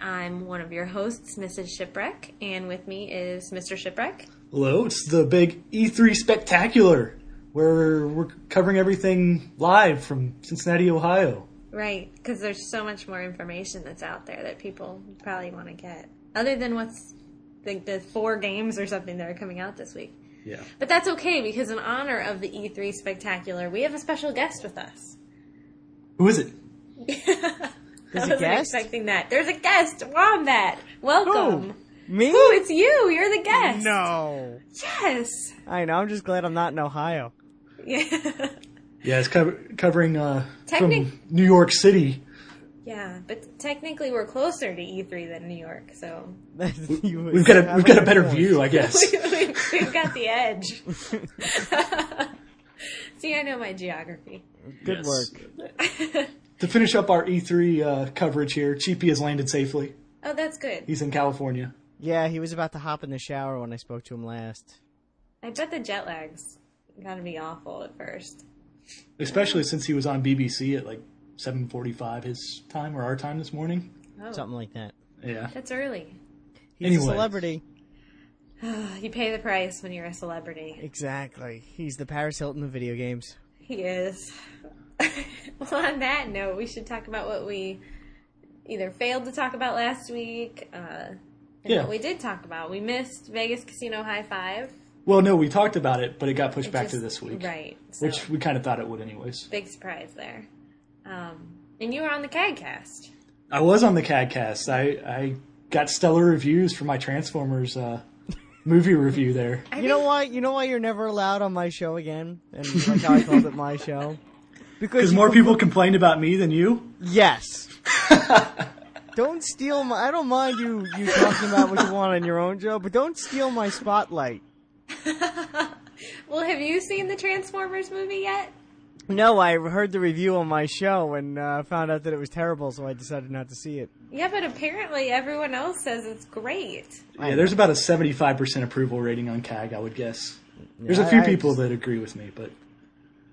am one of your hosts, Mrs. Shipwreck, and with me is Mr. Shipwreck. Hello, it's the big E3 spectacular where we're covering everything live from Cincinnati, Ohio. Right, because there's so much more information that's out there that people probably want to get, other than what's like the four games or something that are coming out this week. Yeah. But that's okay because in honor of the E3 spectacular, we have a special guest with us. Who is it? I There's a wasn't guest? expecting that. There's a guest, Wombat. Welcome. Me? Ooh, it's you. You're the guest. No. Yes. I know. I'm just glad I'm not in Ohio. Yeah. Yeah, it's cover- covering uh, Technic- from New York City. yeah, but technically we're closer to E3 than New York, so We've got a, we've got a better view, I guess. we've got the edge. See, I know my geography. Good Yes. work. to finish up our E3 uh, coverage here, Cheapy has landed safely. Oh, that's good. He's in California. Yeah, he was about to hop in the shower when I spoke to him last. I bet the jet lag's gotta be awful at first. especially since he was on BBC at like 7:45 his time or our time this morning. Oh, Something like that. Yeah. that's early. He's Anyway. a celebrity. You pay the price when you're a celebrity. Exactly. He's the Paris Hilton of video games. He is. well, on that note, we should talk about what we either failed to talk about last week, uh, and Yeah. what we did talk about. We missed Vegas Casino High Five. Well, no, we talked about it, but it got pushed It back to just- this week, Right. So, which we kind of thought it would anyways. big surprise there. Um, and you were on the CADcast. I was on the CADcast. I I got stellar reviews for my Transformers uh, movie review there. you know why? You know why you're never allowed on my show again? And like how I called it my show? Because Because you more people complained about me than you. Yes. don't steal my. I don't mind you you talking about what you want on your own show, but don't steal my spotlight. Well, have you seen the Transformers movie yet? No, I heard the review on my show and uh, found out that it was terrible, so I decided not to see it. Yeah, but apparently everyone else says it's great. Yeah, there's about a 75% approval rating on CAG, I would guess. There's a I- few I people just- that agree with me, but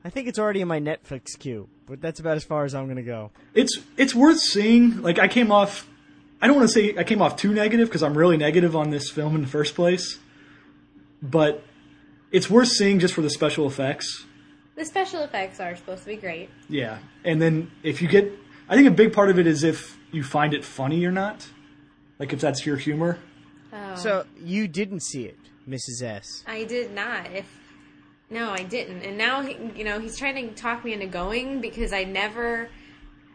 I think it's already in my Netflix queue, but that's about as far as I'm gonna go. it's it's worth seeing. Like I came off, I don't want to say I came off too negative because I'm really negative on this film in the first place, but it's worth seeing just for the special effects. The special effects are supposed to be great. Yeah, and then if you get, I think a big part of it is if you find it funny or not, like if that's your humor. Oh, So you didn't see it, Mrs. S. I did not. If no, I didn't. And now he- you know he's trying to talk me into going because I never.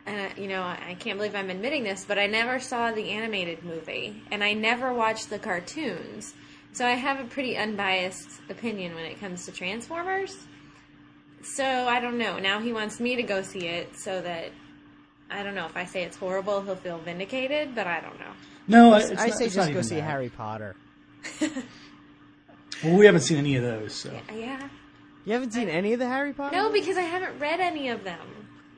Uh, you know, I I can't believe I'm admitting this, but I never saw the animated movie, and I never watched the cartoons, so I have a pretty unbiased opinion when it comes to Transformers. So I don't know. Now he wants me to go see it, so that I don't know if I say it's horrible, he'll feel vindicated, but I don't know. No, I, it's I not- say it's not just go even see that. Harry Potter. Well, we haven't seen any of those, so Yeah. You haven't seen any of the Harry Potter? No, because I haven't read any of them.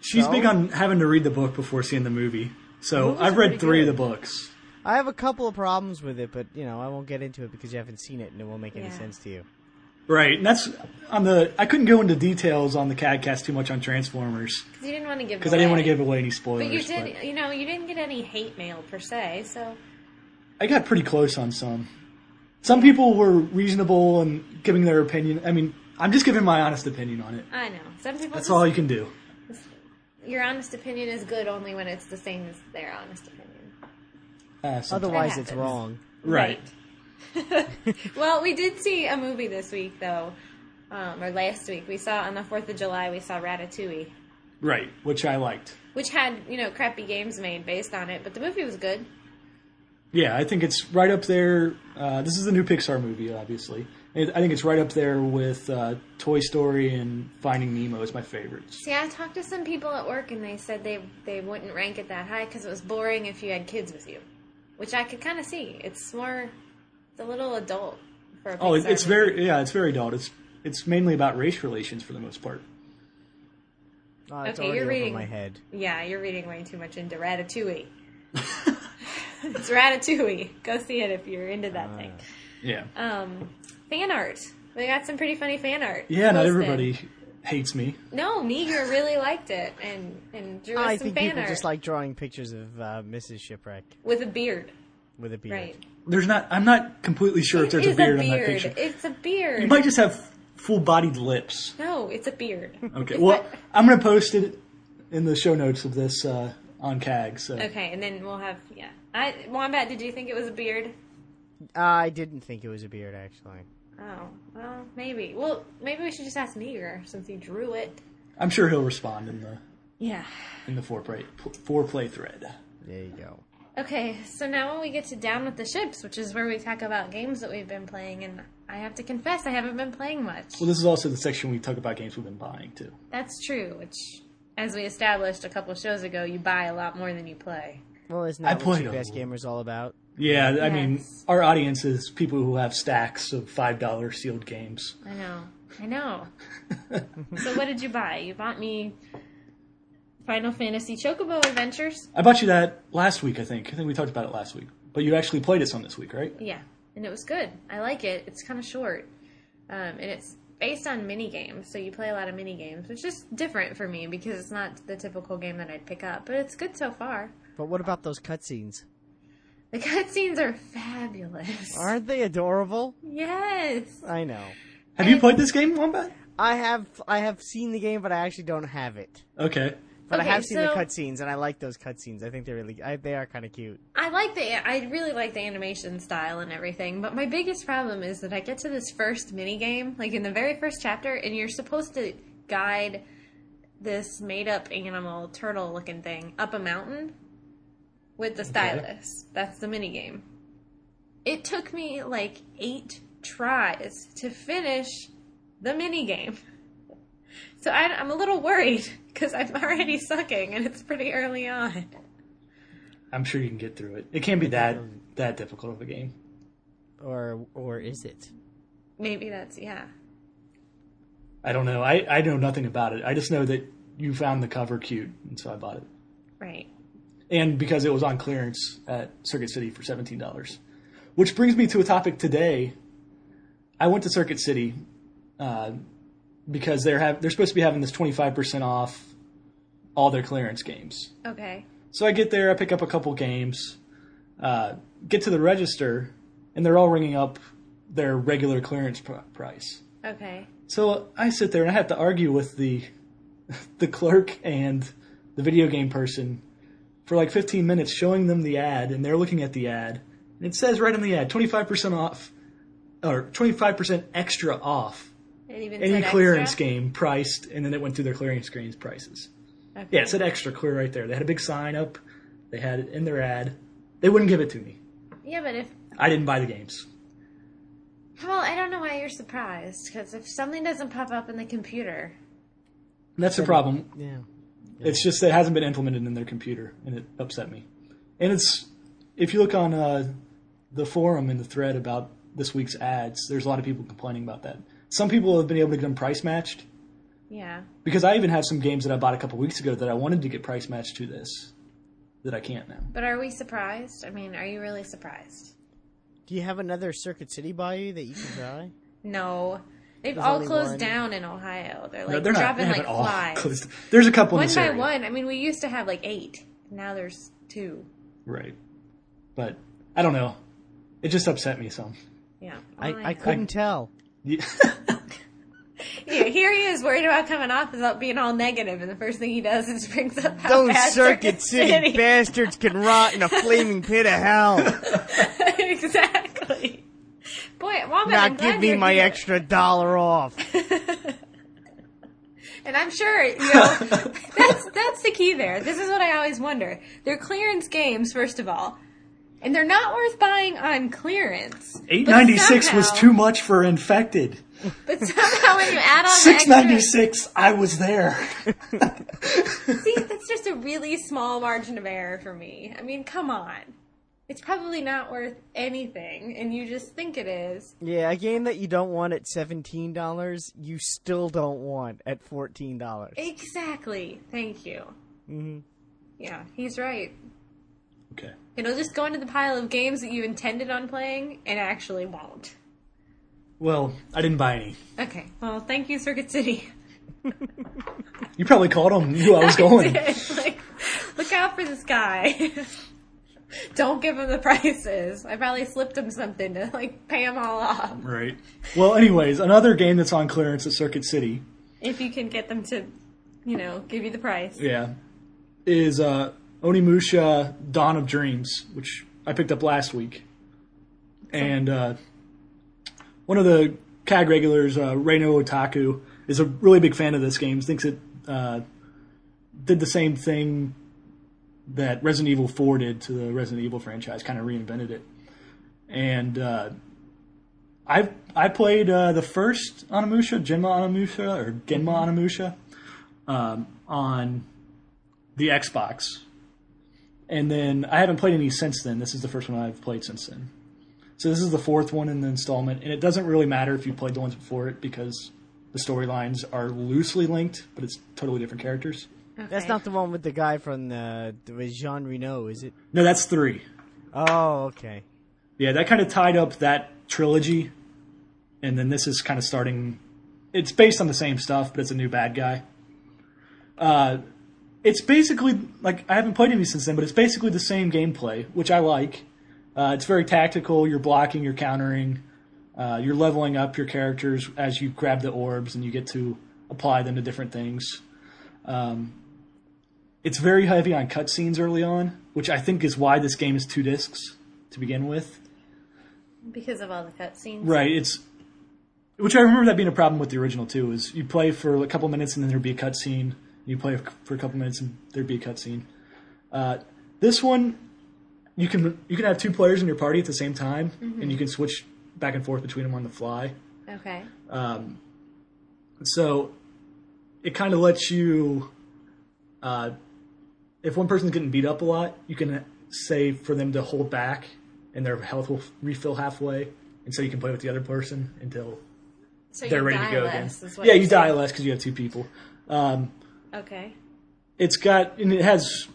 she's So? big on having to read the book before seeing the movie. So I've read three of the books. I have a couple of problems with it, but you know I won't get into it because you haven't seen it and it won't make any Yeah. sense to you. Right, and that's on the. I couldn't go into details on the CADcast too much on Transformers Because you didn't want to give because I didn't want to away. give away any spoilers. But you did, you know, you didn't get any hate mail per se. So I got pretty close on some. Some people were reasonable and giving their opinion. I mean, I'm just giving my honest opinion on it. I know some people. That's just- all you can do. Your honest opinion is good only when it's the same as their honest opinion. Uh, so- Otherwise, it's happens. wrong. right. Well, we did see a movie this week though, um, or last week. We saw on the Fourth of July. We saw Ratatouille, right, which I liked. which had you know crappy games made based on it, but the movie was good. Yeah, I think it's right up there. Uh, this is the new Pixar movie, obviously. And I think it's right up there with uh, Toy Story and Finding Nemo is my favorites. See, I talked to some people at work and they said they they wouldn't rank it that high because it was boring if you had kids with you, which I could kind of see. It's more, it's a little adult for a Oh, it, Pixar it's movie. very yeah, it's very adult. It's it's mainly about race relations for the most part. Oh, it's Okay, already you're over reading- my head. Yeah, you're reading way too much into Ratatouille. it's Ratatouille. Go see it if you're into Uh. that thing. Yeah. Um, fan art. We got some pretty funny fan art. yeah, not posted. everybody hates me. No, Meager really liked it and and drew us I some think banner people just like drawing pictures of uh, Mrs. Shipwreck with a beard. with a beard. Right. There's not. I'm not completely sure if It there's a is beard, on that picture. It's a beard. You might just have full-bodied lips. No, it's a beard. Okay. Well, I'm gonna post it in the show notes of this uh, on CAG. So Okay, and then we'll have yeah. I Wombat, did you think it was a beard? I didn't think it was a beard actually. Oh, well, maybe. Well, maybe we should just ask Meager since he drew it. I'm sure he'll respond in the Yeah. in the foreplay foreplay thread. There you go. Okay, so now we get to Down with the Ships, which is where we talk about games that we've been playing, and I have to confess I haven't been playing much. Well, this is also the section we talk about games we've been buying too. That's true, which, as we established a couple shows ago, you buy a lot more than you play. Well, isn't I that what played Cheap a- Ass Gamer's all about? Yeah, I mean, Yes. our audience is people who have stacks of five dollar sealed games. I know. I know. so what did you buy? You bought me Final Fantasy Chocobo Adventures? I bought you that last week, I think. I think we talked about it last week. But you actually played it some this week, right? Yeah, and it was good. I like it. It's kind of short, um, and it's based on mini games, so you play a lot of mini games, which is different for me because it's not the typical game that I'd pick up. But it's good so far. But what about those cutscenes? The cutscenes are fabulous. Aren't they adorable? yes. I know. Have you played this game, Wombat? I have I have seen the game, but I actually don't have it. Okay. But Okay, I have seen so- the cutscenes, and I like those cutscenes. I think they're really I, they are kind of cute. I like the I really like the animation style and everything, but my biggest problem is that I get to this first mini game, like in the very first chapter, and you're supposed to guide this made up animal turtle looking thing up a mountain with the stylus. That's the mini game. It took me like 8 tries to finish the mini game. So I, I'm a little worried because I'm already sucking and it's pretty early on. I'm sure you can get through it. It can't be that that difficult of a game. Or or is it? Maybe that's yeah. I don't know. I, I know nothing about it. I just know that you found the cover cute, and so I bought it. Right. And because it was on clearance at Circuit City for $17. Which brings me to a topic today. I went to Circuit City uh, because they're have they're supposed to be having this 25% off all their clearance games. Okay. So I get there, I pick up a couple games, uh, get to the register, and they're all ringing up their regular clearance pr- price. Okay. So I sit there and I have to argue with the the clerk and the video game person for like 15 minutes, showing them the ad, and they're looking at the ad, and it says right on the ad 25% off or 25% extra off It even any said clearance extra? game priced, and then it went through their clearance screens prices. Okay. Yeah, it said extra clear right there. They had a big sign up. They had it in their ad. They wouldn't give it to me. Yeah, but if I didn't buy the games. well, I don't know why you're surprised because if something doesn't pop up in the computer, And that's the problem. Yeah. It's just that it hasn't been implemented in their computer, and it upset me. And it's if you look on uh, the forum in the thread about this week's ads, there's a lot of people complaining about that. Some people have been able to get them price matched yeah, because I even have some games that I bought a couple weeks ago that I wanted to get price matched to this that I can't now. but are we surprised? I mean, are you really surprised? Do you have another Circuit City by you that you can try? No, they've There's all only closed one. down in Ohio. They're like No, they're not. They dropping haven't like all flies, closed. There's a couple in one this by area. one. I mean, we used to have like eight. Now there's two. Right. But I don't know. It just upset me some. Oh, Yeah, Well, I, I couldn't tell. Yeah. Yeah, here he is worried about coming off without being all negative, and the first thing he does is brings up how Those bad Circuit City, City. bastards can rot in a flaming pit of hell. exactly. Boy, Wombat, I'm Not glad give me you're my here. extra dollar off. And I'm sure, you know, that's that's the key there. This is what I always wonder. They're clearance games, first of all. And they're not worth buying on clearance. Eight ninety six was somehow- too much for infected. But somehow when you add on the Six extra- ninety six, I was there. See, that's just a really small margin of error for me. I mean, come on. It's probably not worth anything, and you just think it is. Yeah, a game that you don't want at seventeen dollars, you still don't want at fourteen dollars. Exactly. Thank you. Mm-hmm. Yeah, he's right. Okay. It'll just go into the pile of games that you intended on playing and actually won't. Well, I didn't buy any. Okay. Well, thank you, Circuit City. You probably called him. Knew I was going. It's like, look out for this guy. Don't give him the prices. I probably slipped him something to like pay him all off Right. Well, anyways, another game that's on clearance at Circuit City. if you can get them to, you know, give you the price. Yeah. Is uh, Onimusha Dawn of Dreams, which I picked up last week. And uh, one of the CAG regulars, uh, Reino Otaku, is a really big fan of this game. Thinks it uh, did the same thing that Resident Evil 4 did to the Resident Evil franchise, kind of reinvented it. And uh, I I played uh, the first Onimusha, Genma Onimusha, or Genma Onimusha um, on the Xbox. And then I haven't played any since then. This is the first one I've played since then. So this is the fourth one in the installment, and it doesn't really matter if you played the ones before it because the storylines are loosely linked, but it's totally different characters. That's not the one with the guy from the with Jean Reno, is it? No, that's three. Oh, okay. Yeah, that kind of tied up that trilogy, and then this is kind of starting. It's based on the same stuff, but it's a new bad guy. Uh, it's basically like I haven't played any since then, but it's basically the same gameplay, which I like. Uh, it's very tactical. You're blocking, you're countering, uh, you're leveling up your characters as you grab the orbs, and you get to apply them to different things. Um, it's very heavy on cutscenes early on, which I think is why this game is two discs to begin with. because of all the cutscenes. Right. It's which I remember that being a problem with the original too. Is you play for a couple minutes and then there'd be a cutscene. You play for a couple minutes and there'd be a cutscene. Uh, this one, you can you can have two players in your party at the same time, and you can switch back and forth between them on the fly. Okay. So it kind of lets you, uh, if one person's getting beat up a lot, you can uh, say for them to hold back, and their health will refill halfway, and so you can play with the other person until So they're you ready to die go less, again. is what Yeah, you're you die less because you have two people. Um, saying. Okay. it's got and it has.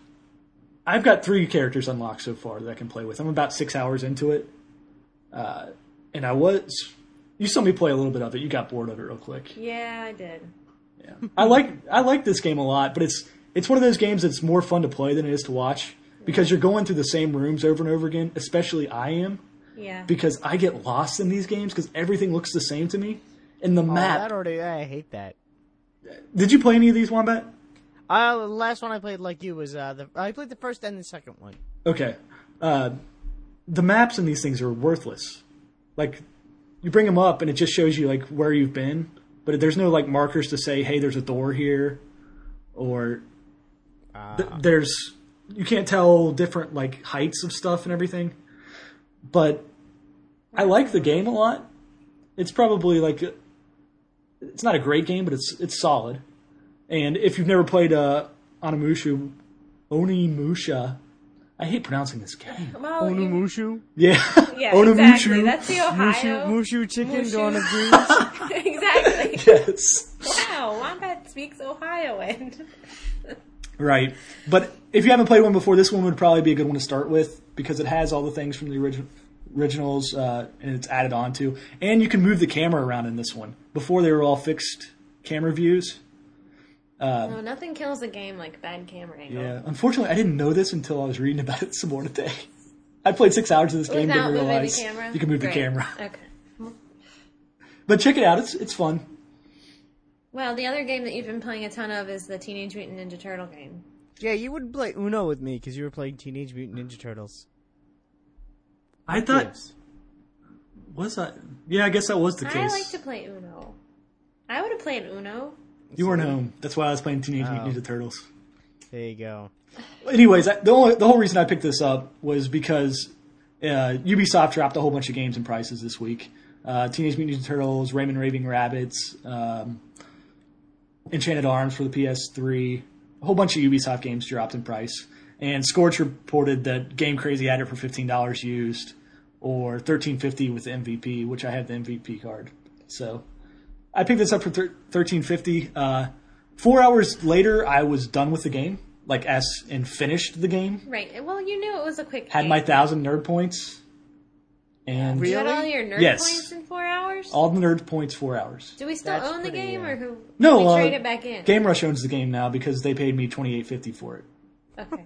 I've got three characters unlocked so far that I can play with. I'm about six hours into it, uh, and I was. You saw me play a little bit of it. You got bored of it real quick. Yeah, I did. I like I like this game a lot, but it's it's one of those games that's more fun to play than it is to watch because you're going through the same rooms over and over again. Especially I am Yeah. because I get lost in these games because everything looks the same to me. And the Oh, map. that already. I hate that. Did you play any of these, Wombat? Uh, the last one I played like you was uh the I played the first and the second one. Okay. Uh, the maps in these things are worthless. Like, you bring them up and it just shows you, like, where you've been, but there's no, like, markers to say, hey, there's a door here, or th- there's. You can't tell different, like, heights of stuff and everything. But I like the game a lot. It's probably, like, a- it's not a great game, but it's it's solid. And if you've never played uh, Onimusha, Onimusha, I hate pronouncing this game. Well, Oh, you- Mushu, Yeah. yeah, Onimushu. exactly. That's the Mushu, Ohio. Mushu chicken, Mushu. Dawn of Dreams. exactly. Yes. Wow, Wombat speaks Ohioan. Right. But if you haven't played one before, this one would probably be a good one to start with because it has all the things from the origi- originals uh, and it's added on to. And you can move the camera around in this one. Before they were all fixed camera views. no, Oh, nothing kills a game like bad camera angle. Yeah. Unfortunately, I didn't know this until I was reading about it some more today. I played six hours of this game, Without didn't moving realize the camera, you can move Great. the camera. Okay. But check it out; it's it's fun. Well, the other game that you've been playing a ton of is the Teenage Mutant Ninja Turtle game. yeah, you would play Uno with me because you were playing Teenage Mutant Ninja Turtles. I thought was that? Yeah, I guess that was the I case. like to play Uno. I would have played Uno. you weren't home. That's why I was playing Teenage Mutant Ninja Turtles. There you go. anyways, I- the only, the whole reason I picked this up was because uh, Ubisoft dropped a whole bunch of games and prices this week. Uh, Teenage Mutant Ninja Turtles, Rayman Raving Rabbits, um, Enchanted Arms for the PS3, a whole bunch of Ubisoft games dropped in price. And Scorch reported that Game Crazy had it for fifteen dollars used, or thirteen fifty with MVP, which I have the MVP card. So I picked this up for thir- thirteen fifty. Uh, four hours later, I was done with the game, like as and finished the game. Right. Well, you knew it was a quick Had game. my thousand nerd points, and You had Really? all your nerd Yes. points in four hours? all the nerd points four hours. Do we still That's own the pretty, game, uh, or who? No, we uh, trade it back in. Game Rush owns the game now because they paid me twenty eight fifty for it. Okay.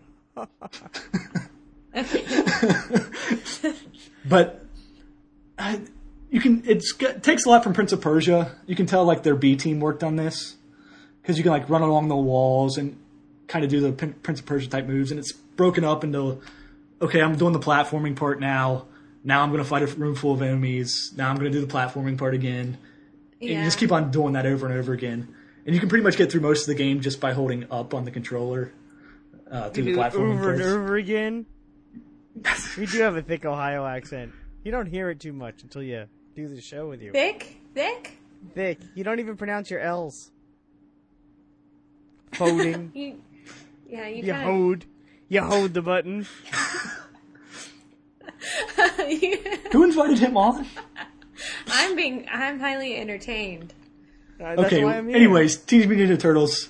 But I, you can it's g- it takes a lot from Prince of Persia. You can tell like their B team worked on this because you can like run along the walls and kind of do the Prin- Prince of Persia type moves, and it's broken up into okay, I'm doing the platforming part now. Now I'm going to fight a room full of enemies. Now I'm going to do the platforming part again. And Yeah. you just keep on doing that over and over again. And you can pretty much get through most of the game just by holding up on the controller uh, through do the it platforming over and parts. over again. we do have a thick Ohio accent. You don't hear it too much until you do the show with you. Thick, thick. Thick. You don't even pronounce your L's. Holding. You, yeah, you you kind hold. You hold the button. of. Who invited him on? I'm being. I'm highly entertained. Uh, that's Okay. why I'm here. Anyways, Teenage Mutant Ninja Turtles.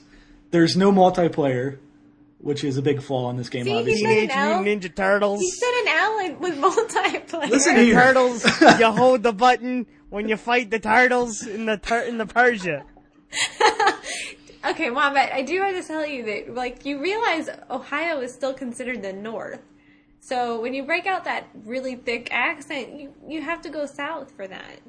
There's no multiplayer, which is a big flaw in this game. See, obviously, he said Teenage an L. Mutant Ninja Turtles. He said an L in- with multiplayer. Listen to you. Turtles. you hold the button when you fight the turtles in the tur- in the Persia. Okay, mom, but I do have to tell you that, like, you realize Ohio is still considered the North. So when you break out that really thick accent, you you have to go south for that.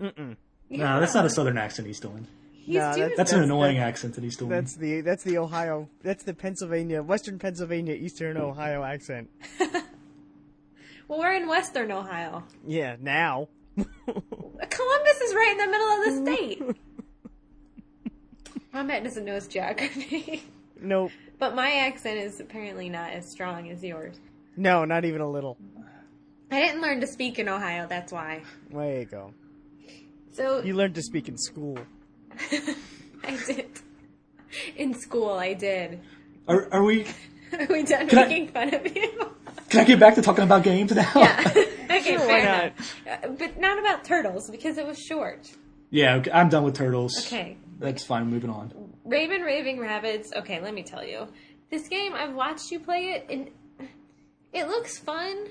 Mm-mm. no, that's not a Southern accent he's doing. He's No, doing That's, that. an annoying accent that he's doing. That's the that's the Ohio. That's the Pennsylvania, Western Pennsylvania, Eastern Ohio accent. Well, we're in Western Ohio. Yeah, now. Columbus is right in the middle of the state. Wombat doesn't know his geography. Nope. but my accent is apparently not as strong as yours. No, not even a little. I didn't learn to speak in Ohio, that's why. There you go. So You learned to speak in school. I did. In school, I did. Are, are we? Are we done Can I- making fun of you? Can I get back to talking about games now? Yeah. okay, Sure, why fair enough. Uh, But not about turtles because it was short. okay, I'm done with turtles. Okay. That's fine. Moving on. Raven Raving Rabbits. Okay, let me tell you. This game, I've watched you play it, and it looks fun,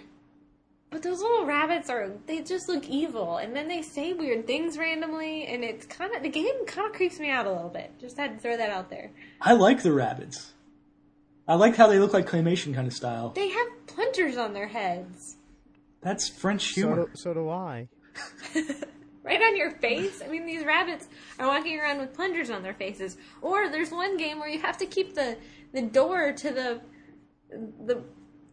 but those little rabbits are, they just look evil, and then they say weird things randomly, and it's kind of, the game kind of creeps me out a little bit. Just had to throw that out there. I like the rabbits. I like how they look like claymation kind of style. They have plungers on their heads, That's French So humor. do, so do I. right on your face. I mean, these rabbits are walking around with plungers on their faces. Or there's one game where you have to keep the, the door to the, the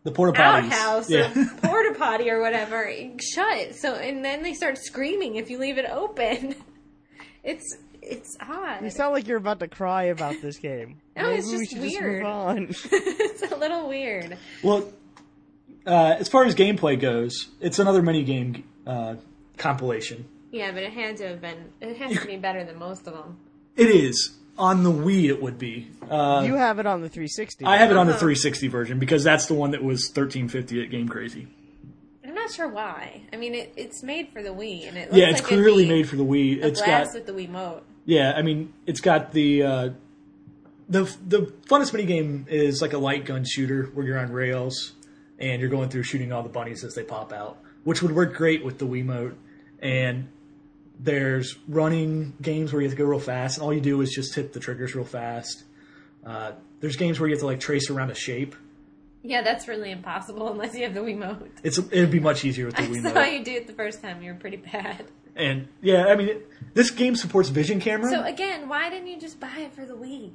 the porta potties. outhouse Yeah. or porta potty or whatever shut so and then they start screaming if you leave it open it's it's odd You sound like you're about to cry about this game. No, it's Maybe we just should weird. just move on. it's a little weird Well, uh, as far as gameplay goes, it's another mini game uh, compilation. yeah but it had to have been it has to be better than most of them It is on the Wii. It would be. Uh, you have it on the 360. I have it on the Uh-huh. 360 version because that's the one that was 1350 at Game Crazy. i'm not sure why i mean it, it's made for the wii and it looks Yeah, it's like clearly it'd be made for the Wii. a It's blast got with the wiimote yeah. I mean, it's got the uh, the the funnest mini game is like a light gun shooter where you're on rails and you're going through shooting all the bunnies as they pop out, which would work great with the Wiimote. And there's running games where you have to go real fast, and all you do is just hit the triggers real fast. Uh, there's games where you have to like trace around a shape. yeah that's really impossible unless you have the wiimote It's it'd be much easier with the Wiimote. that's how you do it the first time you're pretty bad And yeah, I mean, it, this game supports Vision Camera so again why didn't you just buy it for the wii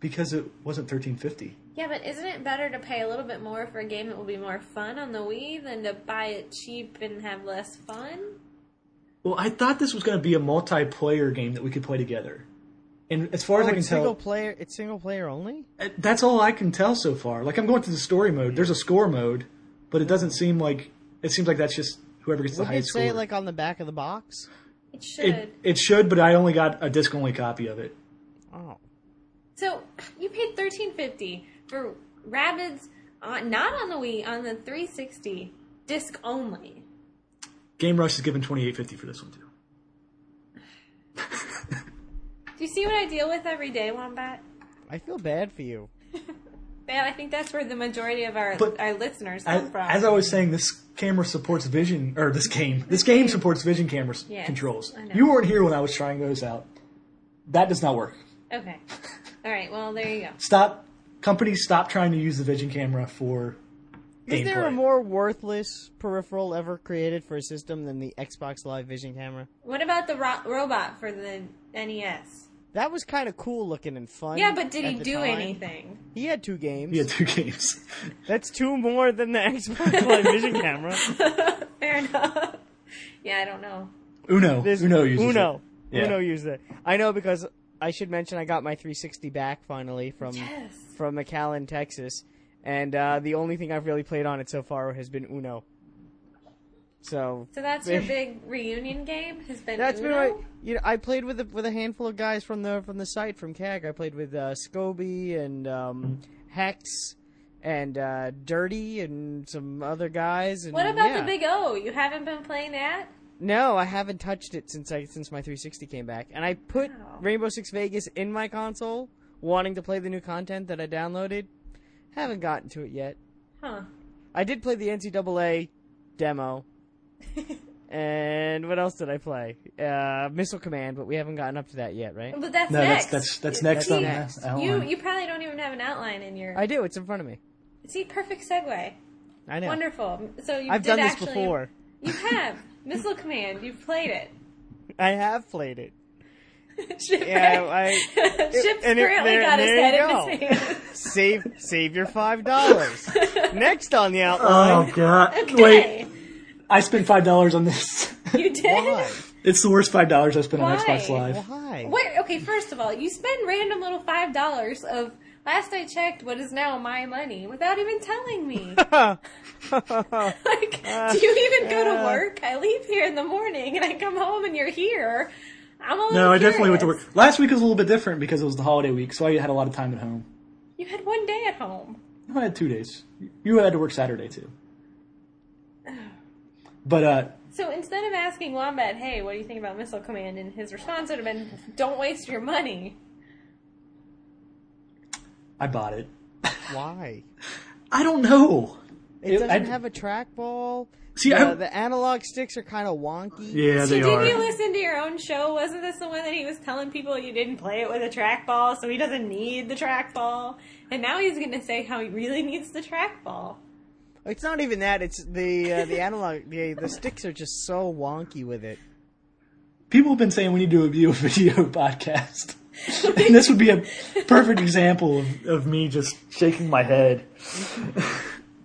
because it wasn't 1350. Yeah, but isn't it better to pay a little bit more for a game that will be more fun on the Wii than to buy it cheap and have less fun? Well, I thought this was going to be a multiplayer game that we could play together. And as far as Oh, I can it's single tell, player. It's single player only. uh, that's all I can tell so far. Like I'm going to the story mode. There's a score mode, but it doesn't seem like it seems like that's just whoever gets the Would it highest say score. like on the back of the box? It should. it, it should, but I only got a disc only copy of it. Oh, so you paid thirteen fifty for Rabbids, on, not on the Wii, on the 360 disc only. Game Rush is given 28.50 for this one too. Do you see what I deal with every day, Wombat? I feel bad for you. that I think that's where the majority of our But our listeners I, come from. as I was saying, this camera supports vision, or this game, this game supports vision camera s- Yes, controls. I know. You weren't here when I was trying those out. That does not work. okay. All right. Well, there you go. Stop. Companies stop trying to use the vision camera for Is there a gameplay. more worthless peripheral ever created for a system than the Xbox Live Vision camera? What about the ro- robot for the NES? That was kind of cool looking and fun. Yeah, but did at he the do time. anything? He had two games. Yeah, two games. That's two more than the Xbox Live Vision camera. Fair enough. yeah, I don't know. Uno. There's Uno uses Uno. it. Yeah. Uno used it. I know because I should mention I got my 360 back finally from Yes. from McAllen, Texas, and uh, the only thing I've really played on it so far has been Uno. So So that's your big reunion game has been That's been Uno? right. You know, I played with a, with a handful of guys from the from the site from CAG. I played with uh, Scobie and um, Mm-hmm. Hex and uh, Dirty and some other guys. And, What about yeah. the Big O? You haven't been playing that? No, I haven't touched it since I since my 360 came back, and I put Wow. Rainbow Six Vegas in my console, wanting to play the new content that I downloaded. Haven't gotten to it yet. Huh. I did play the NCAA demo. and what else did I play? Uh, Missile Command, but we haven't gotten up to that yet, right? But that's No, next. that's that's that's You- next see, on next. the outline. You you probably don't even have an outline in your. I do. It's in front of me. see, perfect segue. I know. Wonderful. So you I've did done this actually, before. You have Missile Command. You've played it. I have played it. Ship Yeah, I Ship's and it- currently there- got his there you head go. in his hand. save save your five dollars. Next on the outline. Oh god! Wait, Okay. I spent five dollars on this. You did? Why? it's the worst five dollars I spent on Why? Xbox Live. Why? Wait, okay, first of all, you spend random little five dollars of last I checked what is now my money without even telling me. like, do you even go to work? I leave here in the morning and I come home and you're here. I'm a little No, I definitely went to curious. work. Last week was a little bit different because it was the holiday week, so I had a lot of time at home. You had one day at home. I had two days. You had to work Saturday too. But uh, So instead of asking Wombat, hey, what do you think about Missile Command? And his response would have been, don't waste your money. I bought it. Why? I don't know. It, It- doesn't I'd- have a trackball. See, the, I- the analog sticks are kind of wonky. Yeah, So did you listen to your own show? Wasn't this the one that he was telling people you didn't play it with a trackball, so he doesn't need the trackball? And now he's going to say how he really needs the trackball. It's not even that. It's the uh, the analog. The, the sticks are just so wonky with it. People have been saying we need to do a video podcast, and this would be a perfect example of, of me just shaking my head.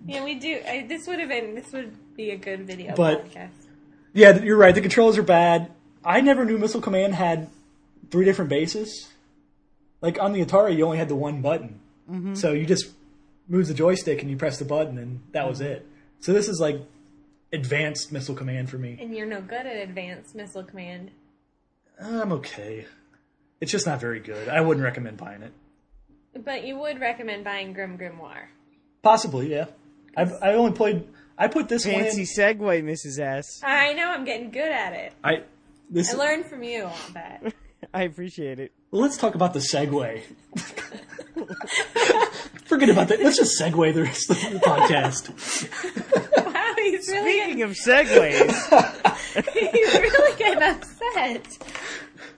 Yeah, we do. I, this would have been. This would be a good video But- podcast. Yeah, you're right. The controls are bad. I never knew Missile Command had three different bases. Like on the Atari, you only had the one button, Mm-hmm. so you just move the joystick and you press the button, and that Mm-hmm. was it. So this is like advanced Missile Command for me. And you're no good at advanced missile command. I'm okay. It's just not very good. I wouldn't recommend buying it. But you would recommend buying Grim Grimoire. Possibly, yeah. I've I only played. I put this one Fancy in. segue, Mrs. S. I know I'm getting good at it. I this. I learned from you on that. I appreciate it. Well, let's talk about the segue. Forget about that. Let's just segue the rest of the podcast. Wow, he's really Speaking of segues, He's really getting upset.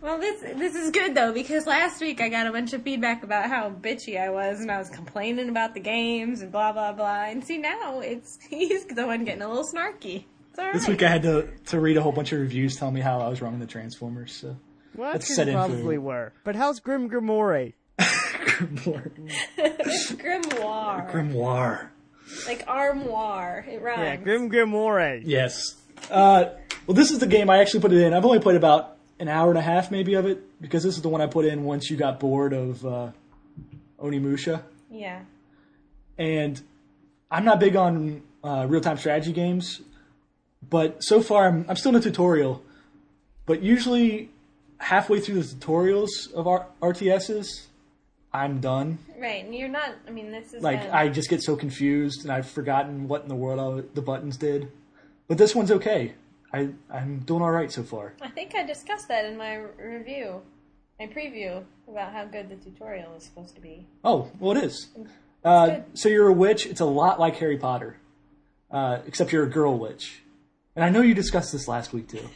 Well, this this is good though because last week I got a bunch of feedback about how bitchy I was and I was complaining about the games and blah blah blah. And see now it's he's the one getting a little snarky. It's all right. This week I had to, to read a whole bunch of reviews telling me how I was wrong in the Transformers. So well, That's that's set in for probably you. were. But how's Grim Grimoire? Grimoire. grimoire, Grimoire. like armoire. It rhymes. Yeah, Grim Grimoire. Yes. Uh, well, this is the game I actually put it in. I've only played about an hour and a half, maybe, of it because this is the one I put in once you got bored of uh, Onimusha. Yeah. and I'm not big on uh, real time strategy games, but so far I'm, I'm still in a tutorial. But usually, halfway through the tutorials of our RTSs, I'm done. Right, and you're not. I mean, this is Like a- I just get so confused, and I've forgotten what in the world all the buttons did. But this one's okay. I I'm doing all right so far. I think I discussed that in my re- review, my preview about how good the tutorial is supposed to be. Oh well, it is. Uh, so you're a witch. It's a lot like Harry Potter, uh, except you're a girl witch. And I know you discussed this last week too.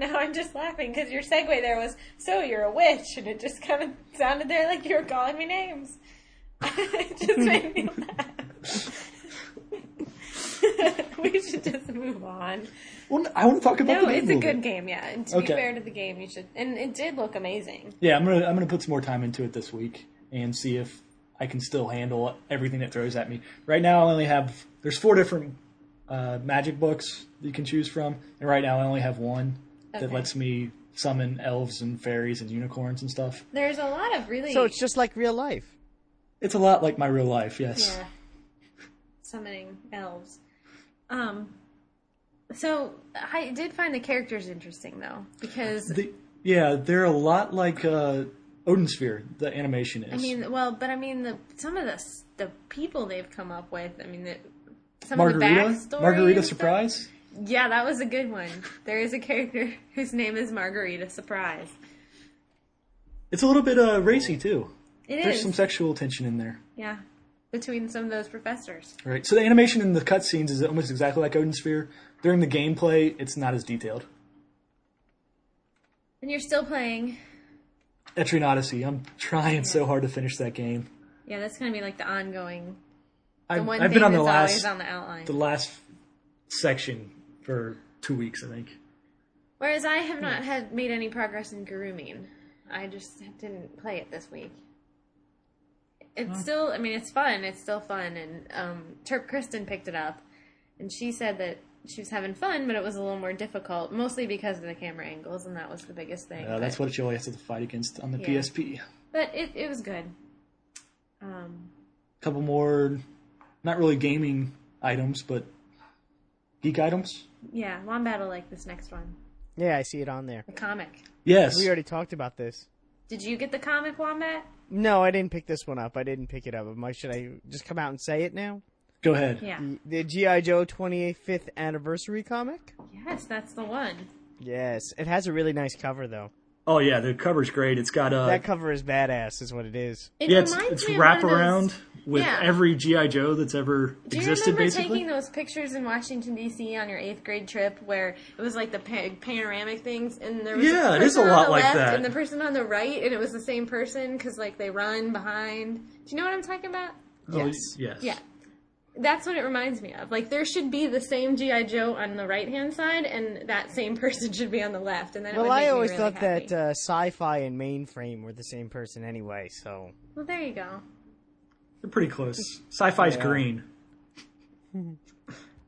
Now I'm just laughing because your segue there was, so you're a witch, and it just kind of sounded there like you were calling me names. it just made me laugh. we should just move on. Well, I want to talk about No, the game it's a movie. good game, yeah. And to Okay. be fair to the game, you should. And it did look amazing. Yeah, I'm gonna I'm gonna put some more time into it this week and see if I can still handle everything that throws at me. Right now, I only have there's four different uh, magic books that you can choose from, and right now I only have one that Okay. lets me summon elves and fairies and unicorns and stuff. There's a lot of really. So it's just like real life. It's a lot like my real life, yes. Yeah. Summoning elves. Um. So I did find the characters interesting though, because The, yeah, they're a lot like uh, Odin Sphere. The animation is. I mean, well, but I mean the some of the s- the people they've come up with. I mean, the, some Margarita, of the backstory. Margarita and stuff. Surprise. Yeah, that was a good one. There is a character whose name is Margarita Surprise. It's a little bit uh, racy too. It is. There's some sexual tension in there. yeah, between some of those professors. Right. So the animation in the cutscenes is almost exactly like Odin Sphere. During the gameplay, it's not as detailed. And you're still playing. Etrian Odyssey. I'm trying so hard to finish that game. Yeah, that's gonna be like the ongoing. I, The one I've thing been on the that's always last on the outline. the last section for two weeks, I think. Uh, Whereas I have not had made any progress in Garumine. I just didn't play it this week. It's still, I mean, it's fun. It's still fun. And um, Terp Kristen picked it up, and she said that she was having fun, but it was a little more difficult, mostly because of the camera angles, and that was the biggest thing. Uh, that's but, what you always have to fight against on the Yeah. PSP. But it it was good. Um, couple more, not really gaming items, but geek items. yeah, Wombat will like this next one. Yeah, I see it on there. The comic. Yes. We already talked about this. Did you get the comic, Wombat? No, I didn't pick this one up. I didn't pick it up. Am I- Should I just come out and say it now? Go ahead. Yeah. The- The G.I. Joe 25th anniversary comic? Yes, that's the one. Yes. It has a really nice cover, though. Oh yeah, the cover's great. It's got uh, That cover is badass, is what it is. It yeah, it's, reminds it's me of one of those- wraparound with Yeah. every GI Joe that's ever Do you existed, remember basically. taking those pictures in Washington D.C. on your eighth grade trip, where it was like the pa- panoramic things, and there was Yeah, a it is person a on lot the like left that. and the person on the right, and it was the same person because like they run behind. Do you know what I'm talking about? Oh, Yes. Yes. Yeah, that's what it reminds me of. Like there should be the same GI Joe on the right hand side, and that same person should be on the left. And then it Well, would make I me always really thought happy. that uh, sci fi and mainframe were the same person anyway, so. Well, there you go. They're pretty close. Sci-fi's green. and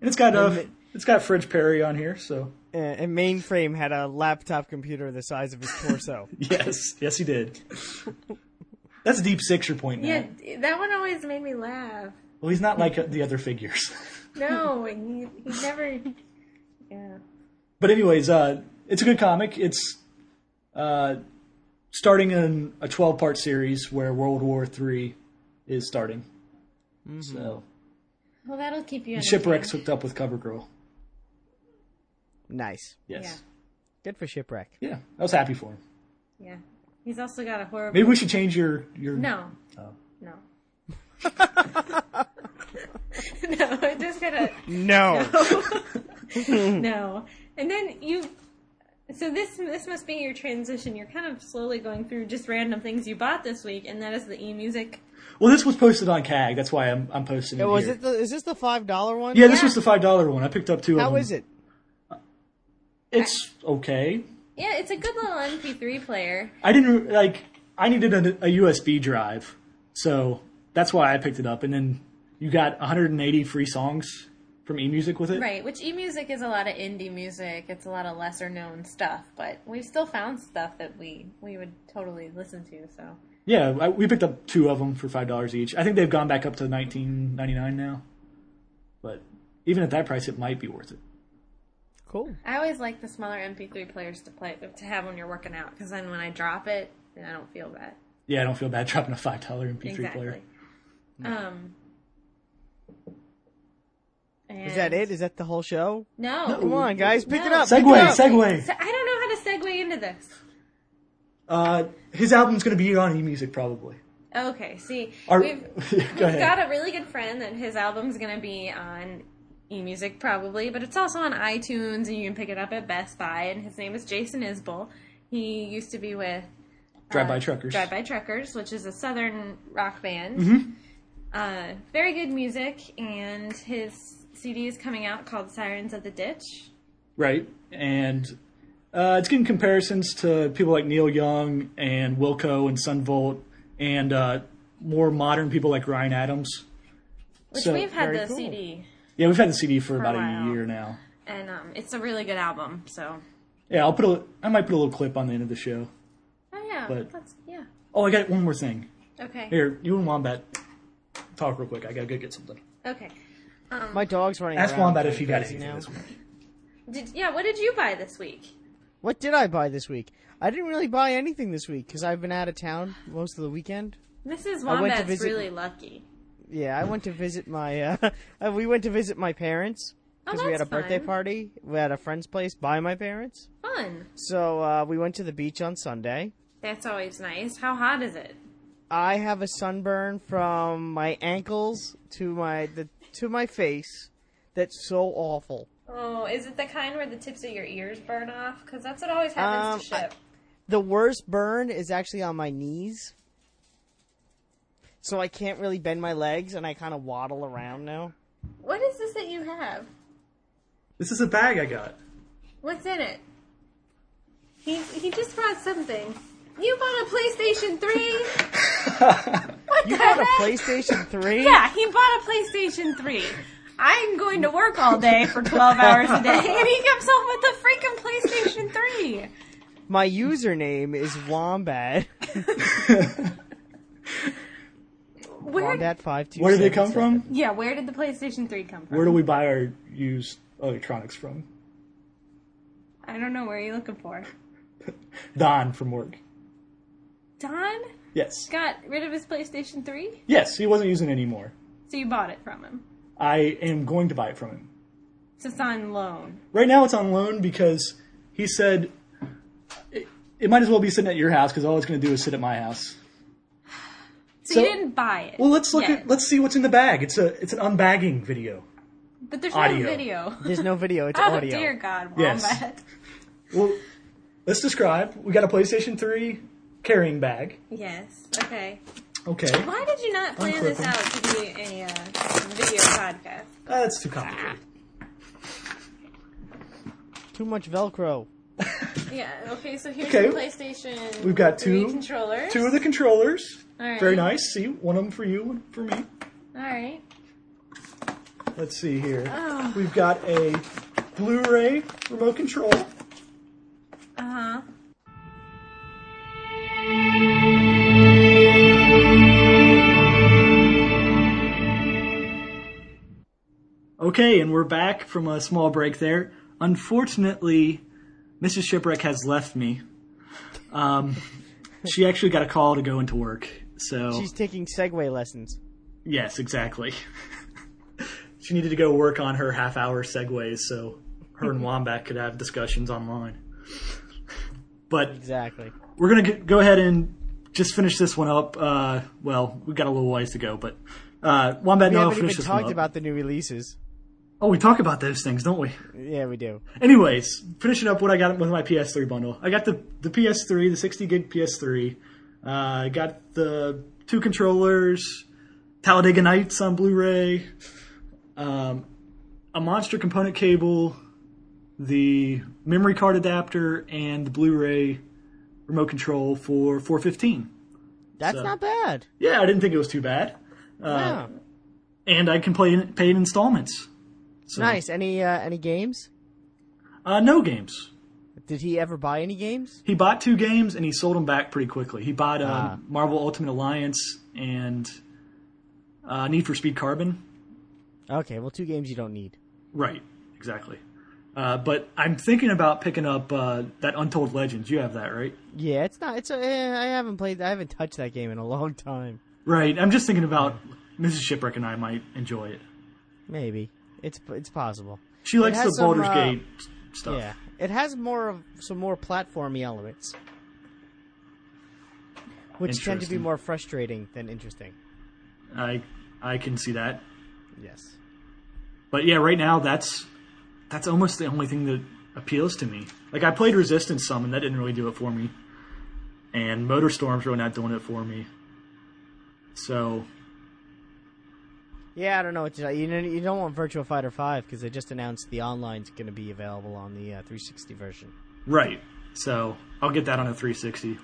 it's got uh, it's got Fridge Perry on here, so Uh, and mainframe had a laptop computer the size of his torso. yes, yes, he did. That's a deep sixer point now. Yeah, that one always made me laugh. Well, he's not like uh, the other figures. No, he, he never. Yeah. but anyways, uh, it's a good comic. It's uh, starting in a twelve-part series where World War Three is starting. So Well, that'll keep you. shipwrecks hooked up with CoverGirl. nice. Yes. Good for Shipwreck. Yeah. I was happy for him. Yeah. He's also got a horrible. Maybe we should change your your No. No. no, I just gotta. No! No. And then you. So this this must be your transition. You're kind of slowly going through just random things you bought this week, and that is the e music. Well, this was posted on CAG. That's why I'm I'm posting it. Oh, Was here. it the, is this the $5 one? Yeah, this Yeah. was the five dollar one. I picked up two of How them. is it? It's okay. Yeah, it's a good little MP3 player. I didn't like. I needed a, a USB drive, so that's why I picked it up. And then you got 180 free songs from eMusic with it. Right, which e music is a lot of indie music. It's a lot of lesser known stuff, but we've still found stuff that we we would totally listen to. So Yeah, I, we picked up two of them for five dollars each. I think they've gone back up to 19.99 now, but even at that price, it might be worth it. Cool. I always like the smaller MP3 players to play to have when you're working out because then when I drop it, then I don't feel bad. Yeah, I don't feel bad dropping a five dollar MP3 exactly. player. Um. Is that it? Is that the whole show? No. Come on, guys, pick it No. up. pick Segway, it up. Segway. So I don't know how to segue into this. Uh, his album's going to be on eMusic probably. Okay, see, Are- we've, Go we've ahead. got a really good friend that his album's going to be on eMusic probably, but it's also on iTunes and you can pick it up at Best Buy. And his name is Jason Isbell. He used to be with Drive Um, by truckers. Drive By Truckers, which is a southern rock band. Mm-hmm. Uh, very good music, and his CD is coming out called Sirens of the Ditch. Right. And uh, it's getting comparisons to people like Neil Young and Wilco and Sunvolt and uh, more modern people like Ryan Adams. Which So, we've had very the cool. CD, Yeah, we've had the CD for, about while. a year now. and um, it's a really good album. So, Yeah, I'll put a, I might put a little clip on the end of the show. oh yeah, But- that's yeah, Oh, I got one more thing. okay, Here, you and Wombat, talk real quick. I gotta go get something. okay. My dog's running. Ask around Wombat going if you got crazy anything now. this week. Did yeah? What did you buy this week? What did I buy this week? I didn't really buy anything this week because I've been out of town most of the weekend. Mrs. I went to Wombat's visit- really lucky. Yeah, I went to visit my. Uh, uh, we went to visit my parents Oh, because we had a that's birthday fun. party. We had a friend's place by my parents, Fun. so uh, we went to the beach on Sunday. That's always nice. How hot is it? I have a sunburn from my ankles to my the, to my face. That's so awful. Oh, is it the kind where the tips of your ears burn off? Because that's what always happens to Um, I- Ship. The worst burn is actually on my knees. So I can't really bend my legs and I kind of waddle around now. What is this that you have? This is a bag I got. What's in it? He he just brought something. You bought a PlayStation 3? What You the bought a heck? PlayStation 3? Yeah, he bought a PlayStation 3. I'm going to work all day for 12 hours a day, and he comes home with a freaking PlayStation 3. My username is Wombat. Where? Wombat527. Where did they come from? Yeah, where did the PlayStation 3 come from? Where do we buy our used electronics from? I don't know. Where are you looking for? Don from work. Don Yes. got rid of his PlayStation 3, Yes, he wasn't using it anymore. so you bought it from him. I am going to buy it from him. So it's on loan. Right now it's on loan because he said it, it might as well be sitting at your house because all it's going to do is sit at my house. So, So- you didn't buy it. Well, let's look yet. at let's see what's in the bag. It's a it's an unbagging video. But there's audio. no video. There's no video, it's Oh audio. dear God, Wombat. Yes. Well, let's describe. We got a PlayStation 3 carrying bag. Yes. Okay. Okay, uh, Why did you not plan this Unclipping. out to be a uh, video podcast? that's too complicated. Too much Velcro. Yeah. Okay. So here's Okay. the PlayStation. We've got 3 two- controllers. Two of the controllers. All right. Very nice. See, one of them for you, one for me. All right. Let's see here. Oh. We've got a Blu-ray remote control. Uh huh. Okay, and we're back from a small break there. Unfortunately, Mrs. Shipwreck has left me. Um, she actually got a call to go into work. So She's taking Segway lessons. yes, exactly. she needed to go work on her half-hour segues, so her and Wombat could have discussions online. But Exactly. we're gonna g- go ahead and just finish this one up. Uh, well, we got a little ways to go, but uh, Wombat We now haven't even finish this one talked up. about the new releases. oh, we talk about those things, don't we? Yeah, we do. Anyways, finishing up what I got with my PS3 bundle. I got the the PS3, the 60 gig PS3. Uh, I got the two controllers, Talladega Nights on Blu-ray, um, a monster component cable, the memory card adapter, and the Blu-ray remote control for 415. That's So- uh, not bad. Yeah, I didn't think it was too bad, Yeah. and I can play in, pay in installments. So, Nice. Any uh, any games? Uh, no games. Did he ever buy any games? he bought two games and he sold them back pretty quickly. He bought um, Ah. Marvel Ultimate Alliance and uh, Need for Speed Carbon. Okay, well, two games you don't need. Right, exactly. Uh, but I'm thinking about picking up uh, that Untold Legends. You have that, right? Yeah, it's not. It's. A, eh, I haven't played. I haven't touched that game in a long time. Right. I'm just thinking about Mrs. Shipwreck and I might enjoy it. Maybe it's. It's possible. She likes has the Baldur's some, uh, Gate stuff. Yeah, it has more of some more platformy elements. which tend to be Interesting. more frustrating than interesting. I I can see that. Yes. But yeah, right now that's that's almost the only thing that appeals to me. Like I played Resistance some, and that didn't really do it for me. And Motor Storm's really not doing it for me. So Yeah, I don't know what to tell you. You don't- You don't want Virtual Fighter 5 because they just announced the online's going to be available on the uh, 360 version. right, so I'll get that on a 360.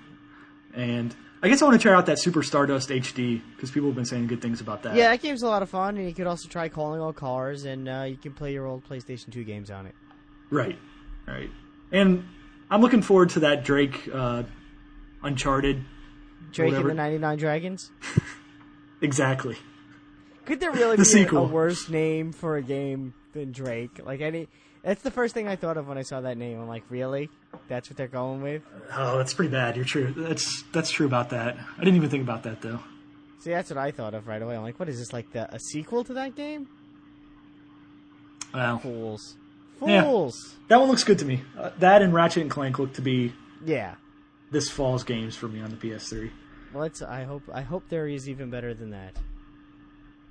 And I guess I want to try out that Super Stardust HD because people have been saying good things about that. Yeah, that game's a lot of fun, and you could also try calling all cars, and uh, you can play your old PlayStation 2 games on it. Right. Right. And I'm looking forward to that Drake uh, Uncharted. Drake Whatever. and the 99 Dragons? Exactly. Could there really The be sequel. a worse name for a game than Drake? Like any, that's the first thing I thought of when I saw that name. I'm like, really? That's what they're going with? Oh, that's pretty bad. You're true. That's that's true about that. I didn't even think about that though. See, that's what I thought of right away. I'm like, what is this like the a sequel to that game? Wow. Fools, Yeah. fools. That one looks good to me. Uh, that and Ratchet and Clank look to be Yeah. this fall's games for me on the PS3. Well, it's, I hope I hope there is even better than that.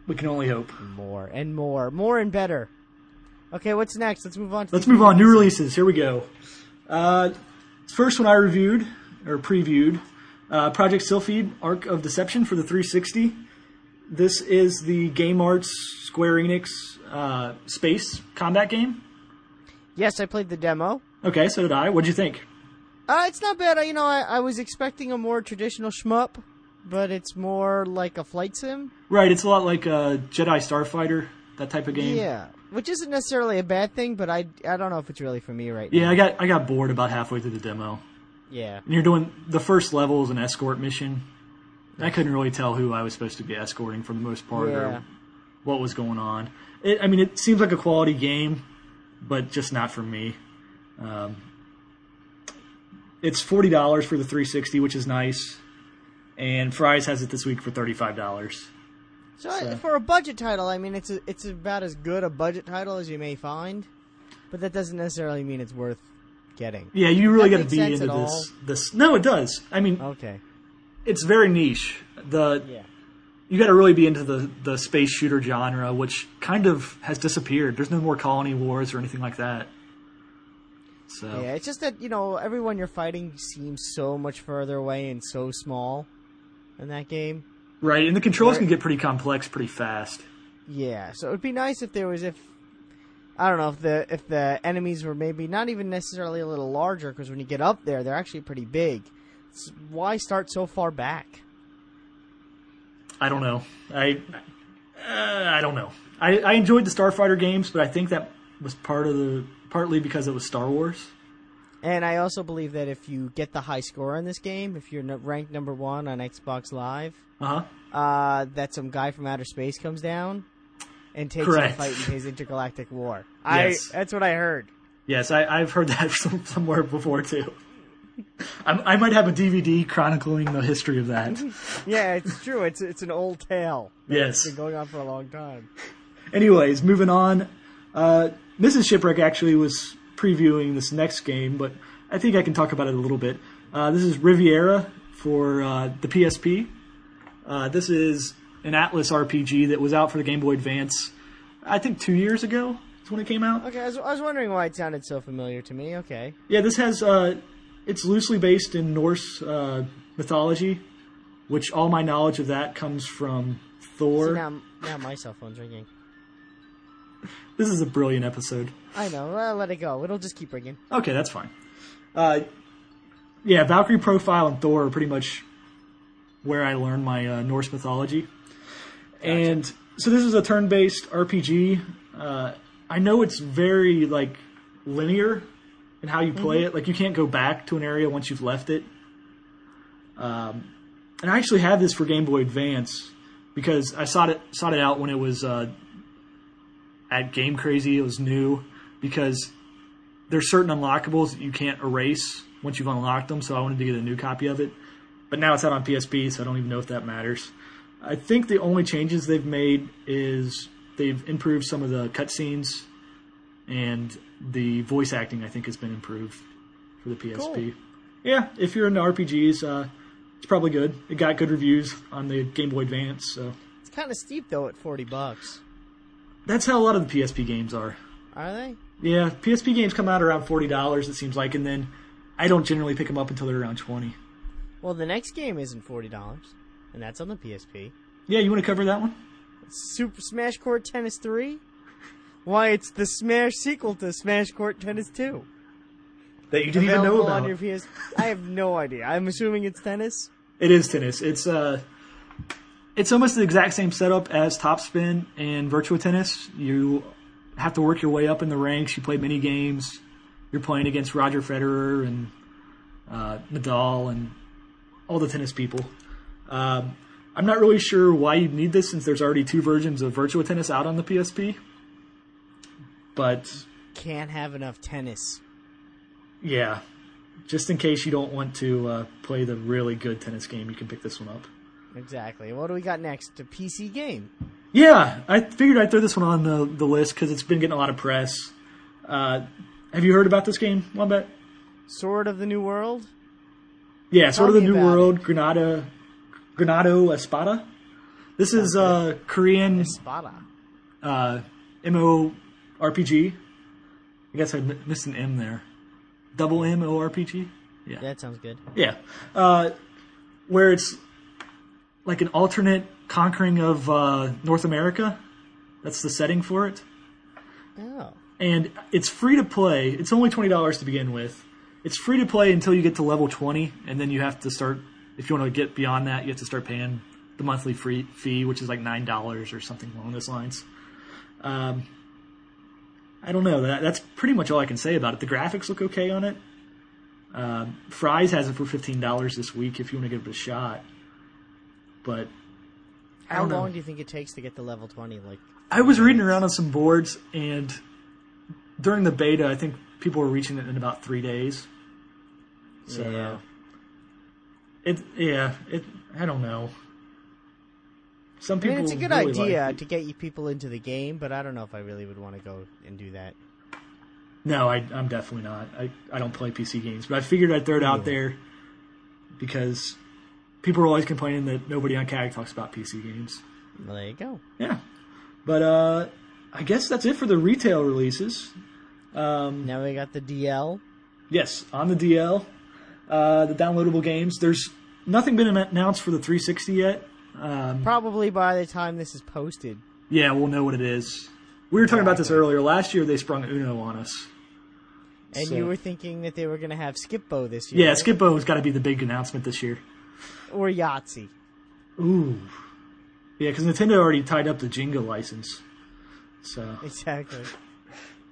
We can only hope. More and more, more and better. Okay, what's next? Let's move on. To Let's move on. New releases. Here we go. Uh, first one I reviewed or previewed uh, Project Sylphid Arc of Deception for the 360. This is the Game Arts Square Enix uh, space combat game. Yes, I played the demo. Okay, so did I. What'd you think? Uh, it's not bad. I, you know, I, I was expecting a more traditional shmup, but it's more like a flight sim. Right, it's a lot like uh, Jedi Starfighter, that type of game. Yeah, which isn't necessarily a bad thing, but I, I don't know if it's really for me right Yeah, I got I got bored about halfway through the demo. now. Yeah. And you're doing the first level is an escort mission. I couldn't really tell who I was supposed to be escorting for the most part Yeah. or what was going on. It, I mean, it seems like a quality game, but just not for me. Um, it's forty dollars for the 360, which is nice. And Fry's has it this week for thirty-five dollars. So, uh, I- for a budget title, I mean, it's a, it's about as good a budget title as you may find, but that doesn't necessarily mean it's worth getting. Yeah, you really That got to makes be sense into at this. This no, it does. I mean, Okay. it's very niche. The Yeah. you got to really be into the the space shooter genre, which kind of has disappeared. There's no more Colony Wars or anything like that. So Yeah, it's just that you know everyone you're fighting seems so much further away and so small in that game. right, and the controls Right. can get pretty complex pretty fast. Yeah, so it'd be nice if there was if I don't know if the if the enemies were maybe not even necessarily a little larger because when you get up there they're actually pretty big. S why start so far back? I don't know. I uh, I don't know. I, I enjoyed the Starfighter games, but I think that was part of the partly because it was Star Wars. And I also believe that if you get the high score in this game, if you're n- ranked number one on Xbox Live, Uh huh. uh, that some guy from outer space comes down and takes a Correct. fight in his intergalactic war. Yes. I that's what I heard. Yes, I, I've heard that some, somewhere before too. I, I might have a DVD chronicling the history of that. Yeah, it's true. It's it's an old tale. Yes. It's been going on for a long time. Anyways, moving on. Uh, Mrs. Shipwreck actually was previewing this next game, but I think I can talk about it a little bit. Uh, this is Riviera for uh, the PSP. Uh, this is an Atlas RPG that was out for the Game Boy Advance, I think two years ago is when it came out. Okay, I was, I was wondering why it sounded so familiar to me. Okay. Yeah, this has uh, it's loosely based in Norse uh, mythology, which all my knowledge of that comes from So Thor. now, now my cell phone's ringing. this is a brilliant episode. I know. Well, let it go. It'll just keep ringing. Okay, that's fine. Uh, yeah, Valkyrie Profile and Thor are pretty much where I learned my uh, Norse mythology. And so this is a turn-based RPG. Uh, I know it's very like linear in how you play it. Like you can't go back to an area once you've left it. Um, and I actually have this for Game Boy Advance because I sought it sought it out when it was uh, at Game Crazy. It was new because there's certain unlockables that you can't erase once you've unlocked them, so I wanted to get a new copy of it. But now it's out on PSP, so I don't even know if that matters. I think the only changes they've made is they've improved some of the cutscenes, and the voice acting I think has been improved for the PSP. Cool. Yeah, if you're into RPGs, uh, It's probably good. It got good reviews on the Game Boy Advance, so It's kind of steep though at forty bucks. that's how a lot of the PSP games are. Are they? Yeah, PSP games come out around forty dollars. It seems like, and then I don't generally pick them up until they're around twenty. Well, the next game isn't forty dollars, and that's on the PSP. Yeah, you want to cover that one? Super Smash Court Tennis Three. Why, it's the Smash sequel to Smash Court Tennis Two. That you didn't even know Available about. on your PS. I have no idea. I'm assuming it's tennis. It is tennis. It's uh, it's almost the exact same setup as Topspin and Virtua Tennis. You have to work your way up in the ranks. You play mini games. You're playing against Roger Federer and uh, Nadal and all the tennis people. Um, I'm not really sure why you'd need this since there's already two versions of Virtua Tennis out on the PSP. But Can't have enough tennis. yeah, just in case you don't want to uh, play the really good tennis game, you can pick this one up. Exactly. What do we got next? A PC game. Yeah, I figured I'd throw this one on the, the list because it's been getting a lot of press. Uh, have you heard about this game, Wombat? Sword of the New World. Yeah, Sword of Tell the me New about World, Granada, Granado Espada. This is uh, Korean Spada. uh, MMORPG. I guess I mi- missed an M there. Double MMORPG? That sounds good. Yeah. Uh, where it's like an alternate conquering of uh, North America. That's the setting for it. Oh. and it's free to play. It's only twenty dollars to begin with. It's free to play until you get to level twenty, and then you have to start. If you want to get beyond that, you have to start paying the monthly free fee, which is like nine dollars or something along those lines. Um, I don't know. That, that's pretty much all I can say about it. The graphics look okay on it. Um, Fry's has it for fifteen dollars this week if you want to give it a shot. But How don't know. long do you think it takes to get to level twenty? Like I was reading around on some boards, and during the beta, I think people were reaching it in about three days. So Yeah. it, yeah, it. I don't know. Some I people. mean, it's a good really idea liked it. to get you people into the game, but I don't know if I really would want to go and do that. No, I, I'm definitely not. I, I don't play PC games, but I figured I'd throw it out there because people are always complaining that nobody on CAG talks about PC games. Well, there you go. Yeah, but uh, I guess that's it for the retail releases. Now we got the DL. Yes, on the DL, uh, the downloadable games. There's nothing been announced for the 360 yet. Um, Probably by the time this is posted. yeah, we'll know what it is. We were talking about this earlier. Last year they sprung Uno on us. And So- you were thinking that they were going to have Skipbo this year. Yeah, right? Skipbo has got to be the big announcement this year. Or Yahtzee. Ooh. Yeah, because Nintendo already tied up the Jenga license. So, Exactly.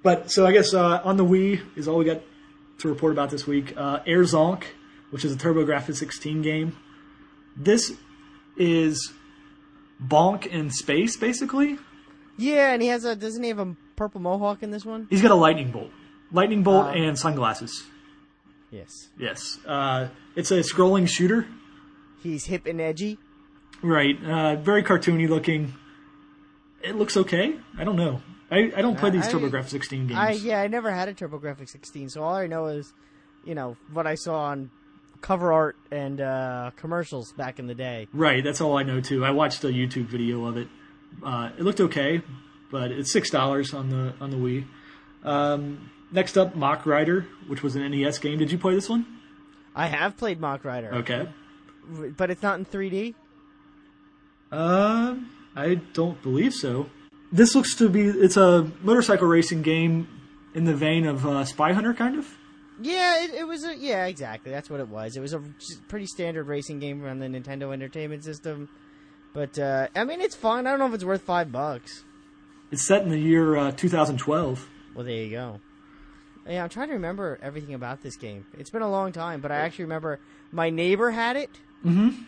but so I guess uh, on the Wii is all we got to report about this week. Uh, Air Zonk, which is a TurboGrafx-16 game. This is Bonk in space, basically. Yeah, and he has a. Doesn't he have a purple mohawk in this one? He's got a lightning bolt, lightning bolt, Wow. and sunglasses. Yes. Yes, uh, it's a scrolling shooter. He's hip and edgy. Right, uh, very cartoony looking. It looks okay. I don't know. I, I don't play these I- TurboGrafx 16 games. I yeah, I never had a TurboGrafx 16, so all I know is, you know, what I saw on cover art and uh, commercials back in the day. Right, that's all I know too. I watched a YouTube video of it. Uh, it looked okay, but it's six dollars on the on the Wii. Um, next up, Mock Rider, which was an NES game. Did you play this one? I have played Mock Rider, Okay. but it's not in 3D. Um, I don't believe so. This looks to be it's a motorcycle racing game in the vein of uh, Spy Hunter, kind of. Yeah, it, it was a yeah, exactly. That's what it was. It was a just pretty standard racing game on the Nintendo Entertainment System. But uh, I mean, it's fun. I don't know if it's worth five bucks. It's set in the year uh, 2012. Well, there you go. Yeah, I'm trying to remember everything about this game. It's been a long time, but I actually remember my neighbor had it. Mm-hmm.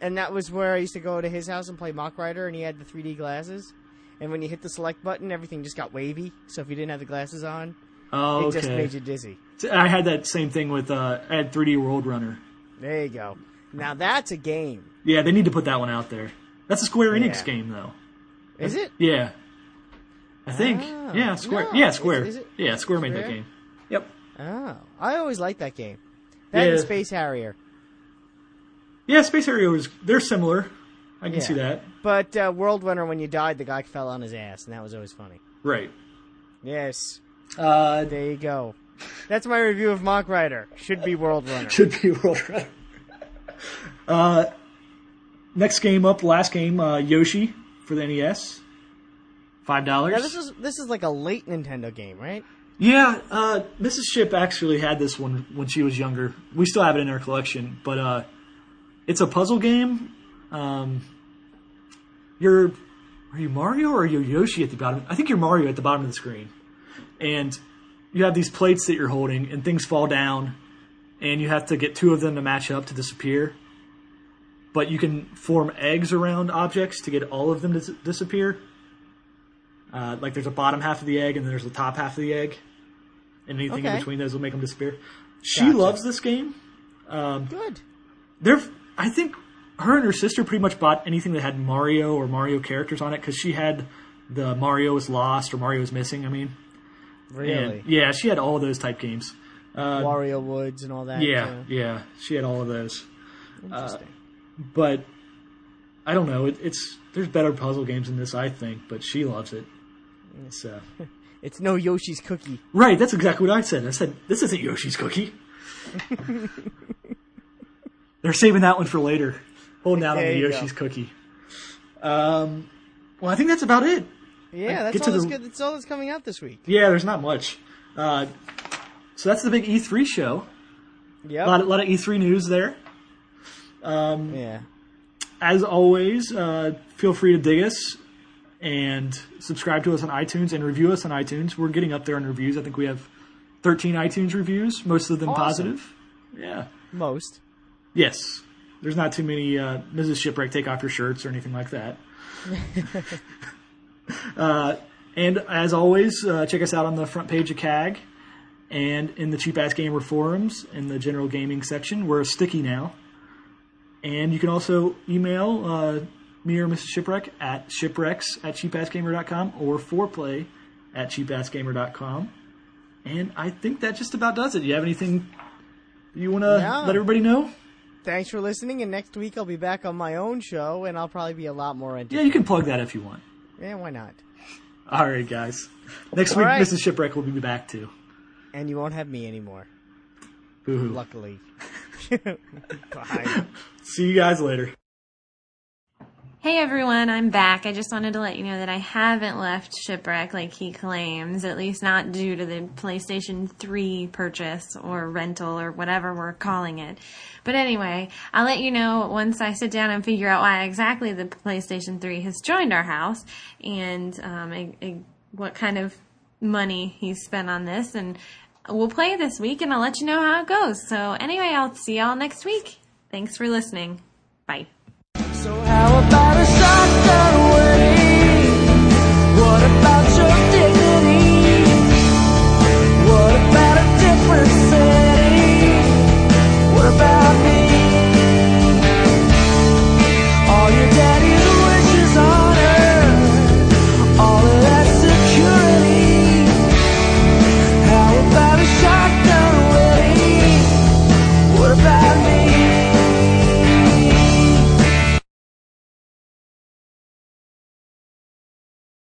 And that was where I used to go to his house and play Mock Rider, and he had the 3D glasses. And when you hit the select button, everything just got wavy. So if you didn't have the glasses on, it Oh, just okay. made you dizzy. I had that same thing with uh, I had 3D World Runner. There you go. Now that's a game. Yeah, they need to put that one out there. That's a Square Enix Yeah. game, though. Is it? Yeah. I think. Ah, yeah, Square. no. Yeah, Is- Square. is it- yeah, Square made that Square? game. Yep. Oh. I always liked that game. That and Yeah. Space Harrier. Yeah, Space Harriers, they're similar. I can Yeah. see that. But uh, World Winner, when you died, the guy fell on his ass, and that was always funny. Right. Yes, Uh, there you go. That's my review of Mock Rider. Should be World Winner. should be World Runner. Uh, next game up, last game, uh, Yoshi for the NES. Five dollars. Now this is this is like a late Nintendo game, right? Yeah, uh, Mrs. Ship actually had this one when she was younger. We still have it in our collection, but uh, it's a puzzle game. Um, you're are you Mario or are you Yoshi at the bottom? I think you're Mario at the bottom of the screen, and you have these plates that you're holding, and things fall down, and you have to get two of them to match up to disappear. But you can form eggs around objects to get all of them to dis- disappear. Uh, like there's a bottom half of the egg and then there's the top half of the egg, and anything in Okay. between those will make them disappear. She Gotcha. loves this game. Um, Good. they're I think her and her sister pretty much bought anything that had Mario or Mario characters on it because she had the Mario is lost or Mario is missing. I mean, Really. And, yeah, she had all those type games. Wario Woods and all that. Yeah, too. yeah, she had all of those. Uh, Interesting. But I don't know. It, it's there's better puzzle games than this, I think. But she loves it. Mm. So it's no Yoshi's Cookie. right, that's exactly what I said. I said this isn't Yoshi's cookie. They're saving that one for later. Holding out on There the you go. Yoshi's cookie. Um, well, I think that's about it. Yeah, that's Get all to that's the- good. That's all that's coming out this week. Yeah, there's not much. Uh, so that's the big E3 show. Yep. A lot, a lot of E3 news there. yeah. As always, uh, feel free to dig us and subscribe to us on iTunes and review us on iTunes. We're getting up there in reviews. I think we have 13 iTunes reviews, most of them Awesome. positive. Yeah. Most. Yes. There's not too many uh, Mrs. Shipwreck take off your shirts or anything like that. uh, and as always, uh, check us out on the front page of CAG and in the Cheap Ass Gamer forums in the general gaming section. We're sticky now. And you can also email uh, me or Mrs. Shipwreck at shipwrecks at cheapassgamer.com or foreplay at cheapassgamer.com. And I think that just about does it. You have anything you want to No. let everybody know? Thanks for listening, and next week I'll be back on my own show, and I'll probably be a lot more into. Yeah, Yeah, you can plug that if you want. why not? All right, guys. Next All week, right. Mrs. Shipwreck will be back too. And you won't have me anymore, Boo hoo. luckily. Bye. See you guys later. Hey everyone, I'm back. I just wanted to let you know that I haven't left Shipwreck like he claims, at least not due to the PlayStation 3 purchase or rental or whatever we're calling it. But anyway, I'll let you know once I sit down and figure out why exactly the PlayStation 3 has joined our house and um, I, I, what kind of money he spent on this. And we'll play this week and I'll let you know how it goes. So anyway, I'll see y'all next week. Thanks for listening. Bye. so how about a shotgun?